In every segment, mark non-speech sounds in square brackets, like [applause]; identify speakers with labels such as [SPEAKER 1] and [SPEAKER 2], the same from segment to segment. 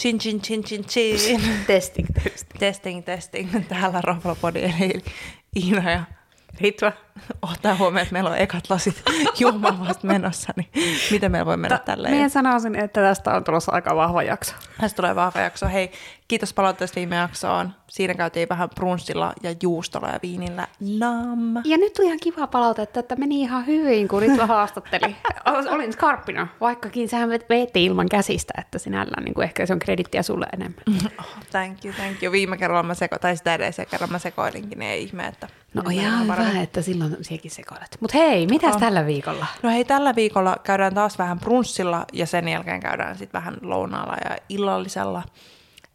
[SPEAKER 1] Chin, chin, chin, chin, chin. [laughs]
[SPEAKER 2] Testing.
[SPEAKER 1] testing, testing. Täällä Raflopodi, eli Iina ja Ritva. Ottaa huomioon, että meillä on ekat [laughs] lasit juomaan vasta menossa, niin miten meillä voi mennä tälleen?
[SPEAKER 2] Meidän sanoisin, että tästä on tulossa aika vahva jakso.
[SPEAKER 1] Tästä tulee vahva jakso. Hei, kiitos palautteesta viime jaksoon. Siinä käytiin vähän brunssilla ja juustolla ja viinillä. Nam.
[SPEAKER 2] Ja nyt tuli ihan kiva palautetta, että meni ihan hyvin, kun Ritva [laughs] haastatteli. Olin skarppina, vaikkakin sähän vet- veitti ilman käsistä, että sinällään niin kuin ehkä se on kredittiä sulle enemmän.
[SPEAKER 1] [laughs] Oh, thank you, thank you. Viime kerralla mä seko, tai sitä edellisellä kerralla mä sekoilinkin, niin ei ihme, että...
[SPEAKER 2] No
[SPEAKER 1] Nyt
[SPEAKER 2] ihan
[SPEAKER 1] mennään paremmin.
[SPEAKER 2] hyvä, että silloin siekin sekoilet. Mutta hei, mitäs tällä viikolla?
[SPEAKER 1] No hei, tällä viikolla käydään taas vähän brunssilla ja sen jälkeen käydään sitten vähän lounaalla ja illallisella.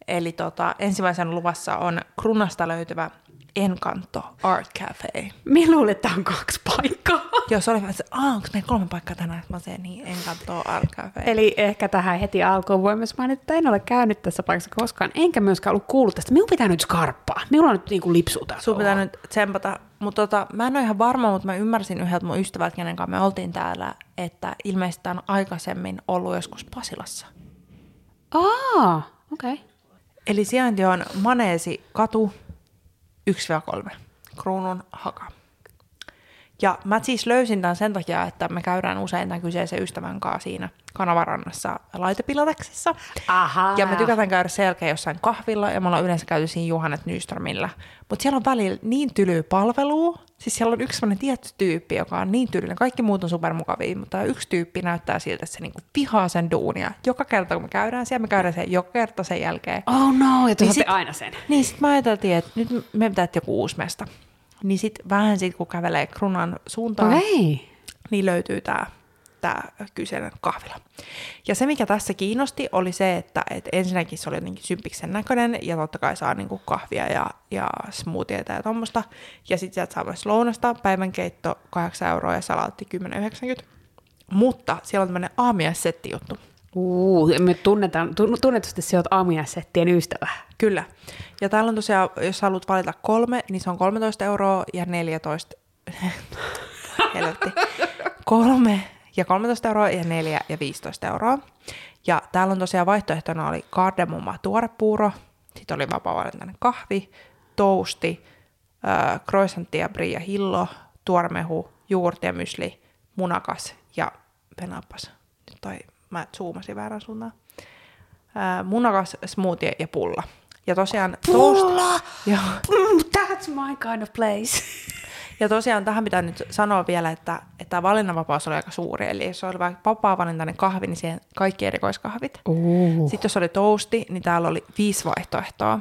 [SPEAKER 1] Eli tota, ensimmäisenä luvassa on Krunasta löytyvä Encanto Art Cafe.
[SPEAKER 2] Minä luulen, että tää on kaksi paikkaa. [laughs]
[SPEAKER 1] Joo, se oli vähän se, aah, onko meillä kolme paikkaa tänään, että mä sanoin, niin Encanto Art Cafe.
[SPEAKER 2] Eli ehkä tähän heti alkuun voi myös mainita, että en ole käynyt tässä paikassa koskaan, enkä myöskään ollut kuullut tästä. Minun pitää nyt skarppaa. Minulla on nyt niinku lipsuuta.
[SPEAKER 1] Sun pitää nyt tsempata. Mutta tota, mä en ole ihan varma, mutta mä ymmärsin yhdeltä mun ystävältä, kenen kanssa me oltiin täällä, että ilmeisesti tää on aikaisemmin ollut joskus Pasilassa.
[SPEAKER 2] Aa, okei. Okay.
[SPEAKER 1] Eli sijainti on Maneesi katu 1-3, Kruunun haka. Ja mä siis löysin tämän sen takia, että me käydään usein tämän kyseisen ystävän kanssa siinä kanavarannassa laitepilateksissa.
[SPEAKER 2] Ahaa.
[SPEAKER 1] Ja me tykätään käydä sen jälkeen jossain kahvilla, ja me ollaan yleensä käyty siinä Juhannet Nyströmillä. Mutta siellä on välillä niin tylyä palvelua, siis siellä on yksi sellainen tietty tyyppi, joka on niin tyylinen. Kaikki muut on supermukavia, mutta tämä yksi tyyppi näyttää siltä, että se niinku vihaa sen duunia. Joka kerta, kun me käydään siellä, me käydään sen joka kerta sen jälkeen.
[SPEAKER 2] Oh no, ja te
[SPEAKER 1] Niin
[SPEAKER 2] niin
[SPEAKER 1] sit-
[SPEAKER 2] aina sen.
[SPEAKER 1] Niin, sitten mä ajateltiin, että nyt me pitää tehdä joku uusi mesta. Niin sitten vähän sit, kun kävelee Krunan suuntaan, okay.
[SPEAKER 2] Okei.
[SPEAKER 1] niin löytyy tämä tää kyseinen kahvila. Ja se, mikä tässä kiinnosti, oli se, että et ensinnäkin se oli jotenkin sympiksen näköinen, ja totta kai saa niinku kahvia ja, ja smoothieita ja tuommoista. Ja sitten sieltä saa myös lounasta, päivän keitto 8 euroa ja salaatti 10,90. Mutta siellä on tämmöinen aamiaissetti juttu.
[SPEAKER 2] Uu, me tunnetaan, tun- tunnetusti sä oot aamiaissettien ystävä.
[SPEAKER 1] Kyllä. Ja täällä on tosiaan, jos sä haluat valita kolme, niin se on 13 euroa ja 14... Helvetti. Kolme ja 13 euroa ja neljä ja 15 euroa. Ja täällä on tosiaan vaihtoehtona oli kardemumma tuorepuuro, sitten oli vapaa-valintainen kahvi, tousti, äh, croissantti ja brie ja hillo, tuoremehu, juurti ja mysli, munakas ja penappas. Nyt toi, mä zoomasin väärän suuntaan. Äh, munakas, smoothie ja pulla. Ja tosiaan toast... Joo.
[SPEAKER 2] Mm, that's my kind of place.
[SPEAKER 1] Ja tosiaan tähän pitää nyt sanoa vielä, että, että tämä valinnanvapaus oli aika suuri. Eli jos oli vaikka vapaa-valintainen kahvi, niin siihen kaikki erikoiskahvit.
[SPEAKER 2] Ooh.
[SPEAKER 1] Sitten jos oli tousti, niin täällä oli viisi vaihtoehtoa.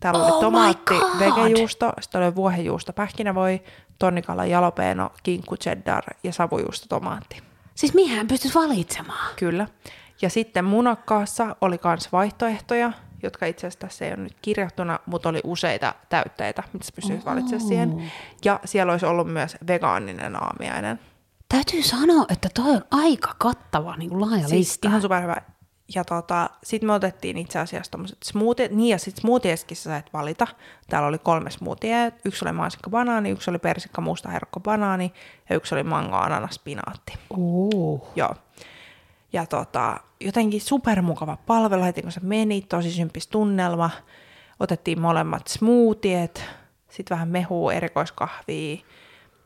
[SPEAKER 1] Täällä oli
[SPEAKER 2] Oh my
[SPEAKER 1] tomaatti,
[SPEAKER 2] God!
[SPEAKER 1] vegejuusto, sitten oli vuohenjuusto, pähkinävoi, tonnikala, jalapeeno, kinkku, cheddar ja savujuusto, tomaatti.
[SPEAKER 2] Siis mihän pystyt valitsemaan.
[SPEAKER 1] Kyllä. Ja sitten munakkaassa oli myös vaihtoehtoja, jotka itse asiassa tässä ei ole nyt kirjattuna, mutta oli useita täytteitä, mitä sä pystyt valitsemaan siihen. Ja siellä olisi ollut myös vegaaninen aamiainen.
[SPEAKER 2] Täytyy sanoa, että toi on aika kattava niin kuin laaja
[SPEAKER 1] Siis
[SPEAKER 2] lista.
[SPEAKER 1] ihan superhyvä. Ja tota, sitten me otettiin itse asiassa tommoset smoothie, niin ja sitten smoothieskin sä sait valita. Täällä oli kolme smoothie, yksi oli mansikka banaani, yksi oli persikka musta herkko banaani ja yksi oli mango ananas pinaatti.
[SPEAKER 2] Ooh.
[SPEAKER 1] Joo. Ja tota, jotenkin supermukava palvelu, heti kun se meni, tosi symppis tunnelma. Otettiin molemmat smoothiet, sitten vähän mehua, erikoiskahvia.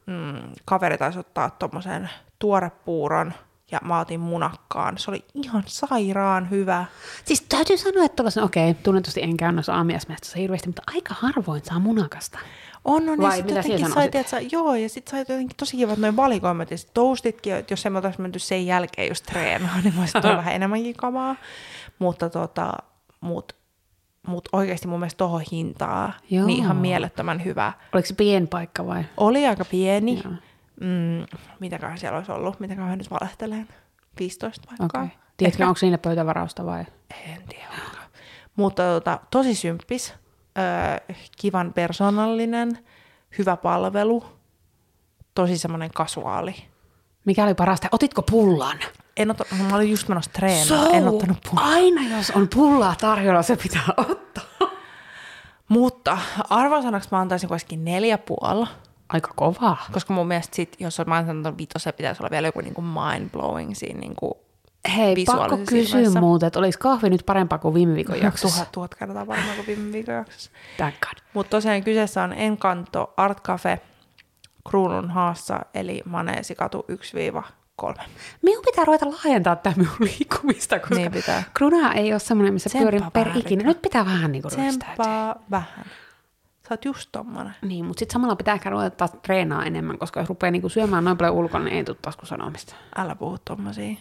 [SPEAKER 1] Mm, kaveri taisi ottaa tuommoisen tuorepuuron ja mä otin munakkaan. Se oli ihan sairaan hyvä.
[SPEAKER 2] Siis täytyy sanoa, että tuollaisen, okei, tunnetusti en käy noissa aamiaismestossa hirveästi, mutta aika harvoin saa munakasta.
[SPEAKER 1] On, on, ja
[SPEAKER 2] Vai
[SPEAKER 1] sitten
[SPEAKER 2] mitä sinä
[SPEAKER 1] jotenkin sai,
[SPEAKER 2] sanoisit?
[SPEAKER 1] tiedätkö, joo, ja sitten sai jotenkin tosi kivat noin valikoimat, ja sitten toastitkin, että jos emme oltaisi menty sen jälkeen just treenaan, niin voisi
[SPEAKER 2] [laughs]
[SPEAKER 1] tulla vähän enemmänkin kamaa. Mutta tota, mut, mut oikeasti mun mielestä tohon hintaa,
[SPEAKER 2] Joo.
[SPEAKER 1] niin ihan mielettömän hyvä.
[SPEAKER 2] Oliko se pieni paikka vai?
[SPEAKER 1] Oli aika pieni,
[SPEAKER 2] Joo.
[SPEAKER 1] mm, mitäköhän siellä olisi ollut, mitäköhän nyt valehtelen, 15 paikkaa.
[SPEAKER 2] Okei. Tiedätkö, onko niillä pöytävarausta vai?
[SPEAKER 1] En tiedä. ollenkaan. Mutta tota, tosi symppis, öö, kivan persoonallinen, hyvä palvelu, tosi semmoinen kasuaali.
[SPEAKER 2] Mikä oli parasta? Otitko pullan?
[SPEAKER 1] En ota, no, mä olin just menossa treenaamaan, en ottanut pullaa.
[SPEAKER 2] aina jos on pullaa tarjolla, se pitää ottaa.
[SPEAKER 1] Mutta arvosanaksi mä antaisin kuitenkin neljä puolella,
[SPEAKER 2] Aika kovaa.
[SPEAKER 1] koska mun mielestä sit, jos mä antaisin ton vitosen, pitäisi olla vielä joku niinku mind-blowing siinä niinku
[SPEAKER 2] Hei, pakko
[SPEAKER 1] visuaalisessa
[SPEAKER 2] kysyä
[SPEAKER 1] ilmeessä.
[SPEAKER 2] muuten, että olisi kahvi nyt parempaa kuin viime viikon jaksossa?
[SPEAKER 1] Tuhat, tuhat kertaa varmaan kuin viime viikon jaksossa.
[SPEAKER 2] Thank God.
[SPEAKER 1] Mutta tosiaan kyseessä on Encanto Art Cafe Kruunun haassa, eli Maneesikatu 1-3.
[SPEAKER 2] Minun pitää ruveta laajentaa tämä minun [laughs] liikkumista, koska
[SPEAKER 1] Niin pitää.
[SPEAKER 2] Kruna ei ole semmoinen, missä
[SPEAKER 1] Tsemppaa
[SPEAKER 2] pyörin per
[SPEAKER 1] vähän,
[SPEAKER 2] ikinä.
[SPEAKER 1] Rita.
[SPEAKER 2] Nyt pitää vähän niin kuin
[SPEAKER 1] Tsemppaa vähän. Sä oot just tommonen.
[SPEAKER 2] Niin, mutta sitten samalla pitää ehkä ruveta taas treenaa enemmän, koska jos rupeaa niinku syömään noin paljon ulkona, niin ei tule tasku sanomista.
[SPEAKER 1] Älä puhu tommosia.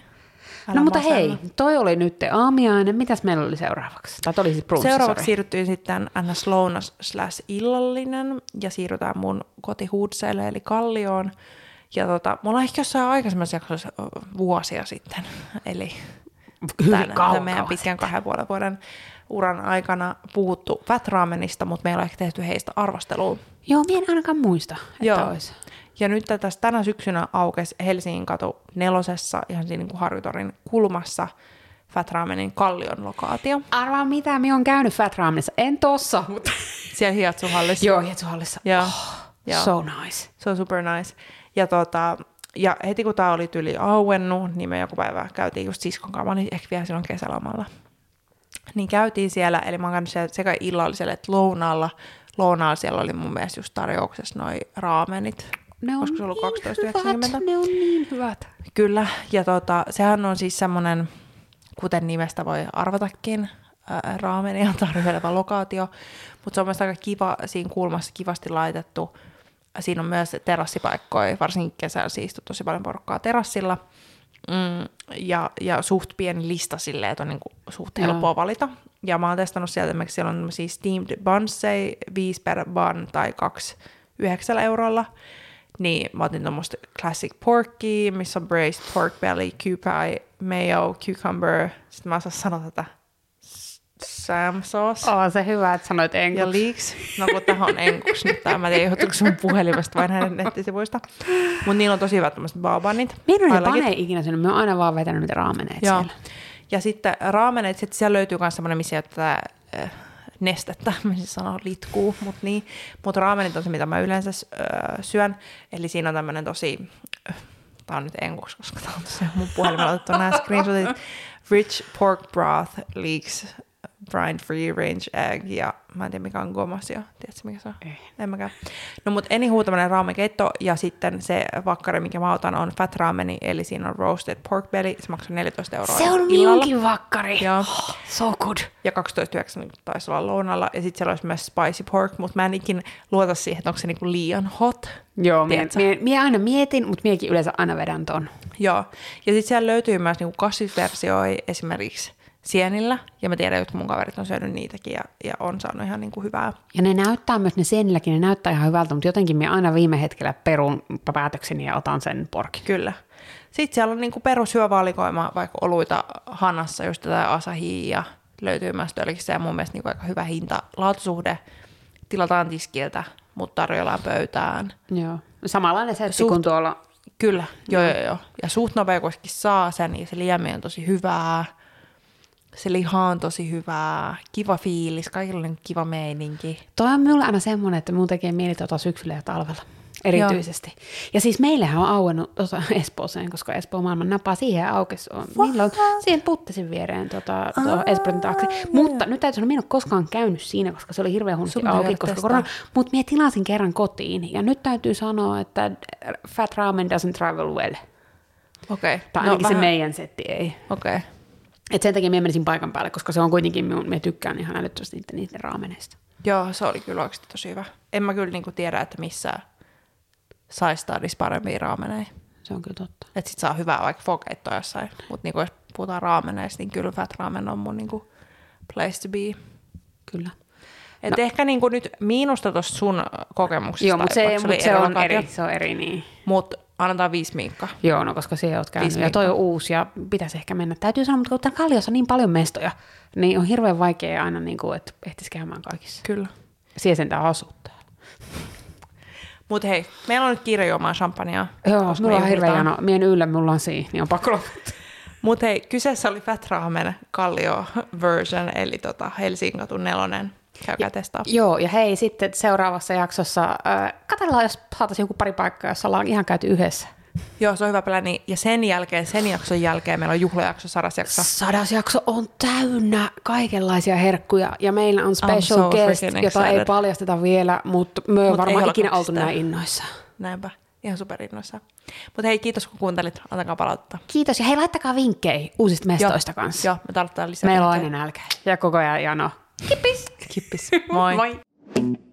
[SPEAKER 1] Älä
[SPEAKER 2] No mutta
[SPEAKER 1] masenna.
[SPEAKER 2] hei, toi oli nyt aamiainen. Mitäs meillä oli seuraavaksi? Tai toi oli siis brunssi,
[SPEAKER 1] Seuraavaksi
[SPEAKER 2] sori.
[SPEAKER 1] siirryttiin sitten ns. lounas slash illallinen ja siirrytään mun kotihuudseille eli Kallioon. Ja tota, me ollaan ehkä jossain aikaisemmassa jaksossa ö, vuosia sitten, eli
[SPEAKER 2] Hyvin
[SPEAKER 1] tämän, tämän
[SPEAKER 2] kaukaa.
[SPEAKER 1] meidän pitkän kahden puolen vuoden uran aikana puhuttu Fatramenista, mutta meillä on ehkä tehty heistä arvostelua.
[SPEAKER 2] Joo, minä en ainakaan muista, että Joo. olisi.
[SPEAKER 1] Ja nyt tässä tänä syksynä aukesi Helsingin katu nelosessa, ihan siinä niin kuin Harjutorin kulmassa, Fatramenin kallion lokaatio.
[SPEAKER 2] Arvaa mitä, minä on käynyt Fat Ramenissa. En tossa, mutta... [laughs]
[SPEAKER 1] Siellä hiatsuhallissa.
[SPEAKER 2] Joo, Jetsuhallissa.
[SPEAKER 1] Joo.
[SPEAKER 2] Joo.
[SPEAKER 1] Joo.
[SPEAKER 2] So nice.
[SPEAKER 1] Se on super nice. Ja, tota, ja heti kun tämä oli tyli auennut, niin me joku päivä käytiin just siskon kanssa, mä olin ehkä vielä silloin kesälomalla. Niin käytiin siellä, eli mä oon käynyt siellä sekä illallisella että lounaalla. Lounaalla siellä oli mun mielestä just tarjouksessa noi raamenit.
[SPEAKER 2] Ne on
[SPEAKER 1] Olisiko se ollut
[SPEAKER 2] niin
[SPEAKER 1] 12,90?
[SPEAKER 2] hyvät, Ne on niin hyvät.
[SPEAKER 1] Kyllä, ja tota, sehän on siis semmoinen, kuten nimestä voi arvatakin, ää, raamenia tarjoileva lokaatio, mutta se on myös aika kiva, siinä kulmassa kivasti laitettu. Siinä on myös terassipaikkoja, varsinkin kesällä siistui tosi paljon porukkaa terassilla. Mm, ja, ja suht pieni lista silleen, että on niinku suht
[SPEAKER 2] Joo.
[SPEAKER 1] helppoa valita. Ja mä oon testannut sieltä, esimerkiksi siellä on siis tämmöisiä steamed bunsei, 5 per bun tai 2 yhdeksällä eurolla. Niin mä otin tuommoista classic porkki, missä on braised pork belly, cue pie, mayo, cucumber. Sitten mä osaan sanoa tätä s- Sam sauce.
[SPEAKER 2] Oh, se hyvä, että sanoit englanniksi.
[SPEAKER 1] Ja leaks. No kun tähän on enkuksi nyt tämä. Mä en tiedä, johtuuko sun puhelimesta vai näiden nettisivuista. Mut niillä on tosi hyvät tämmöiset baabanit.
[SPEAKER 2] Minä en ole
[SPEAKER 1] Ainakin.
[SPEAKER 2] pane ikinä syönyt, mä oon aina vaan vetänyt niitä raameneita
[SPEAKER 1] Joo.
[SPEAKER 2] siellä.
[SPEAKER 1] Ja sitten raameneet, sit siellä löytyy myös semmoinen, missä ei ole tätä äh, nestettä, [laughs] mä siis sanon litkuu, mutta niin. Mutta raamenit on se, mitä mä yleensä äh, syön. Eli siinä on tämmöinen tosi, äh, tää on nyt englanniksi, koska tää on tosiaan mun puhelimella otettu nämä screenshotit. Rich pork broth, leeks, brine free range egg ja mä en tiedä mikä on gomasio. Tiedätkö mikä se on?
[SPEAKER 2] Ei.
[SPEAKER 1] En mäkään. No mut anywho, tämmönen raamenkeitto ja sitten se vakkari, mikä mä otan, on fat raameni, eli siinä on roasted pork belly. Se maksaa 14 euroa
[SPEAKER 2] Se on niin
[SPEAKER 1] illalla.
[SPEAKER 2] minunkin vakkari.
[SPEAKER 1] Joo.
[SPEAKER 2] Oh, so good.
[SPEAKER 1] Ja 12.90 taisi olla lounalla. Ja sitten siellä olisi myös spicy pork, mutta mä en ikin luota siihen, että onko se niinku liian hot.
[SPEAKER 2] Joo, mie,
[SPEAKER 1] Tiedätkö?
[SPEAKER 2] mie, mie aina mietin, mutta miekin yleensä aina vedän ton.
[SPEAKER 1] Joo. Ja sitten siellä löytyy myös niinku kasvisversioja esimerkiksi sienillä. Ja mä tiedän, että mun kaverit on syönyt niitäkin ja, ja on saanut ihan niinku hyvää.
[SPEAKER 2] Ja ne näyttää myös, ne sienilläkin, ne näyttää ihan hyvältä, mutta jotenkin minä aina viime hetkellä perun päätökseni ja otan sen porkin.
[SPEAKER 1] Kyllä. Sitten siellä on niinku perushyövalikoima, vaikka oluita hanassa, just tätä asahia ja löytyy myös tölkissä ja mun mielestä niinku aika hyvä hinta. Laatusuhde tilataan tiskiltä, mutta tarjoillaan pöytään.
[SPEAKER 2] Joo. No Samanlainen setti
[SPEAKER 1] Suht-
[SPEAKER 2] kuin tuolla.
[SPEAKER 1] Kyllä, joo, joo, joo. Ja suht nopea, koska saa sen ja se liemi on tosi hyvää. Se liha on tosi hyvää, kiva fiilis, kaikilla on kiva meininki.
[SPEAKER 2] Toi on minulla aina semmoinen, että mun tekee mieli tota syksyllä ja talvella. Erityisesti. Joo. Ja siis meillähän on auennut tuota [laughs] Espooseen, koska Espoo on maailman napa siihen aukesi on. Milloin? Siihen puttisin viereen tota, tuo Espoon taakse. Mutta nyt täytyy sanoa, minä en ole koskaan käynyt siinä, koska se oli hirveän huonosti
[SPEAKER 1] Sun pitää
[SPEAKER 2] auki,
[SPEAKER 1] käydä
[SPEAKER 2] koska
[SPEAKER 1] testaa.
[SPEAKER 2] korona. Mutta minä tilasin kerran kotiin. Ja nyt täytyy sanoa, että fat ramen doesn't travel well.
[SPEAKER 1] Okei. Okay.
[SPEAKER 2] Tai ainakin no, se meidän setti ei.
[SPEAKER 1] Okei. Okay.
[SPEAKER 2] Et sen takia minä menisin paikan päälle, koska se on kuitenkin, minun, minä tykkään ihan älyttömästi niiden, niiden raameneista.
[SPEAKER 1] Joo, se oli kyllä oikeasti tosi hyvä. En mä kyllä niinku tiedä, että missä saisi taadis parempia raameneja.
[SPEAKER 2] Se on kyllä totta.
[SPEAKER 1] Että sit saa hyvää vaikka fokeittoa jossain. Mutta niinku, jos puhutaan raameneista, niin kyllä fat raamen on mun niinku place to be.
[SPEAKER 2] Kyllä.
[SPEAKER 1] Et no. ehkä niinku nyt miinusta tuosta sun kokemuksesta.
[SPEAKER 2] Joo, mutta se,
[SPEAKER 1] vaikka oli
[SPEAKER 2] mut se on
[SPEAKER 1] lokaatio.
[SPEAKER 2] eri. Se on eri, niin.
[SPEAKER 1] Mutta annetaan viisi minkkaa.
[SPEAKER 2] Joo, no koska siellä oot käynyt.
[SPEAKER 1] Viisi
[SPEAKER 2] Ja toi on uusi ja pitäisi ehkä mennä. Täytyy sanoa, mutta kun täällä Kalliossa on niin paljon mestoja, niin on hirveän vaikea aina, niin kuin, että ehtisi käymään kaikissa.
[SPEAKER 1] Kyllä.
[SPEAKER 2] Siellä sentään asuu täällä.
[SPEAKER 1] Mutta hei, meillä on nyt kiirejuomaa champagnea.
[SPEAKER 2] Joo,
[SPEAKER 1] koska me
[SPEAKER 2] mulla on hirveä
[SPEAKER 1] juhlitaan.
[SPEAKER 2] jano. Mien yllä mulla on siinä, niin on pakko lopettaa.
[SPEAKER 1] Mut hei, kyseessä oli Fat Ramen Kallio version, eli tota Helsingin katu nelonen. Käykää testaa.
[SPEAKER 2] Joo, ja hei, sitten seuraavassa jaksossa äh, katsellaan, jos saataisiin joku pari paikkaa, jossa ollaan ihan käyty yhdessä.
[SPEAKER 1] Joo, se on hyvä pläni. Ja sen jälkeen, sen jakson jälkeen meillä on juhlajakso, sadas jakso.
[SPEAKER 2] Sadas jakso on täynnä kaikenlaisia herkkuja ja meillä on special
[SPEAKER 1] so
[SPEAKER 2] guest,
[SPEAKER 1] freaking
[SPEAKER 2] jota ei
[SPEAKER 1] excited.
[SPEAKER 2] paljasteta vielä, mutta me
[SPEAKER 1] Mut
[SPEAKER 2] ei
[SPEAKER 1] ei
[SPEAKER 2] varmaan
[SPEAKER 1] olla
[SPEAKER 2] ikinä
[SPEAKER 1] kyllä
[SPEAKER 2] oltu
[SPEAKER 1] sitä.
[SPEAKER 2] näin innoissaan.
[SPEAKER 1] Näinpä. Ihan superinnoissaan. Mutta hei, kiitos kun kuuntelit. Antakaa palautetta.
[SPEAKER 2] Kiitos ja hei laittakaa vinkkejä uusista mestoista kanssa.
[SPEAKER 1] Joo, me tarvitaan lisää.
[SPEAKER 2] Meillä on aina
[SPEAKER 1] vinkkejä.
[SPEAKER 2] nälkä ja koko ajan jano.
[SPEAKER 1] Kippis. Moi.
[SPEAKER 2] Moi.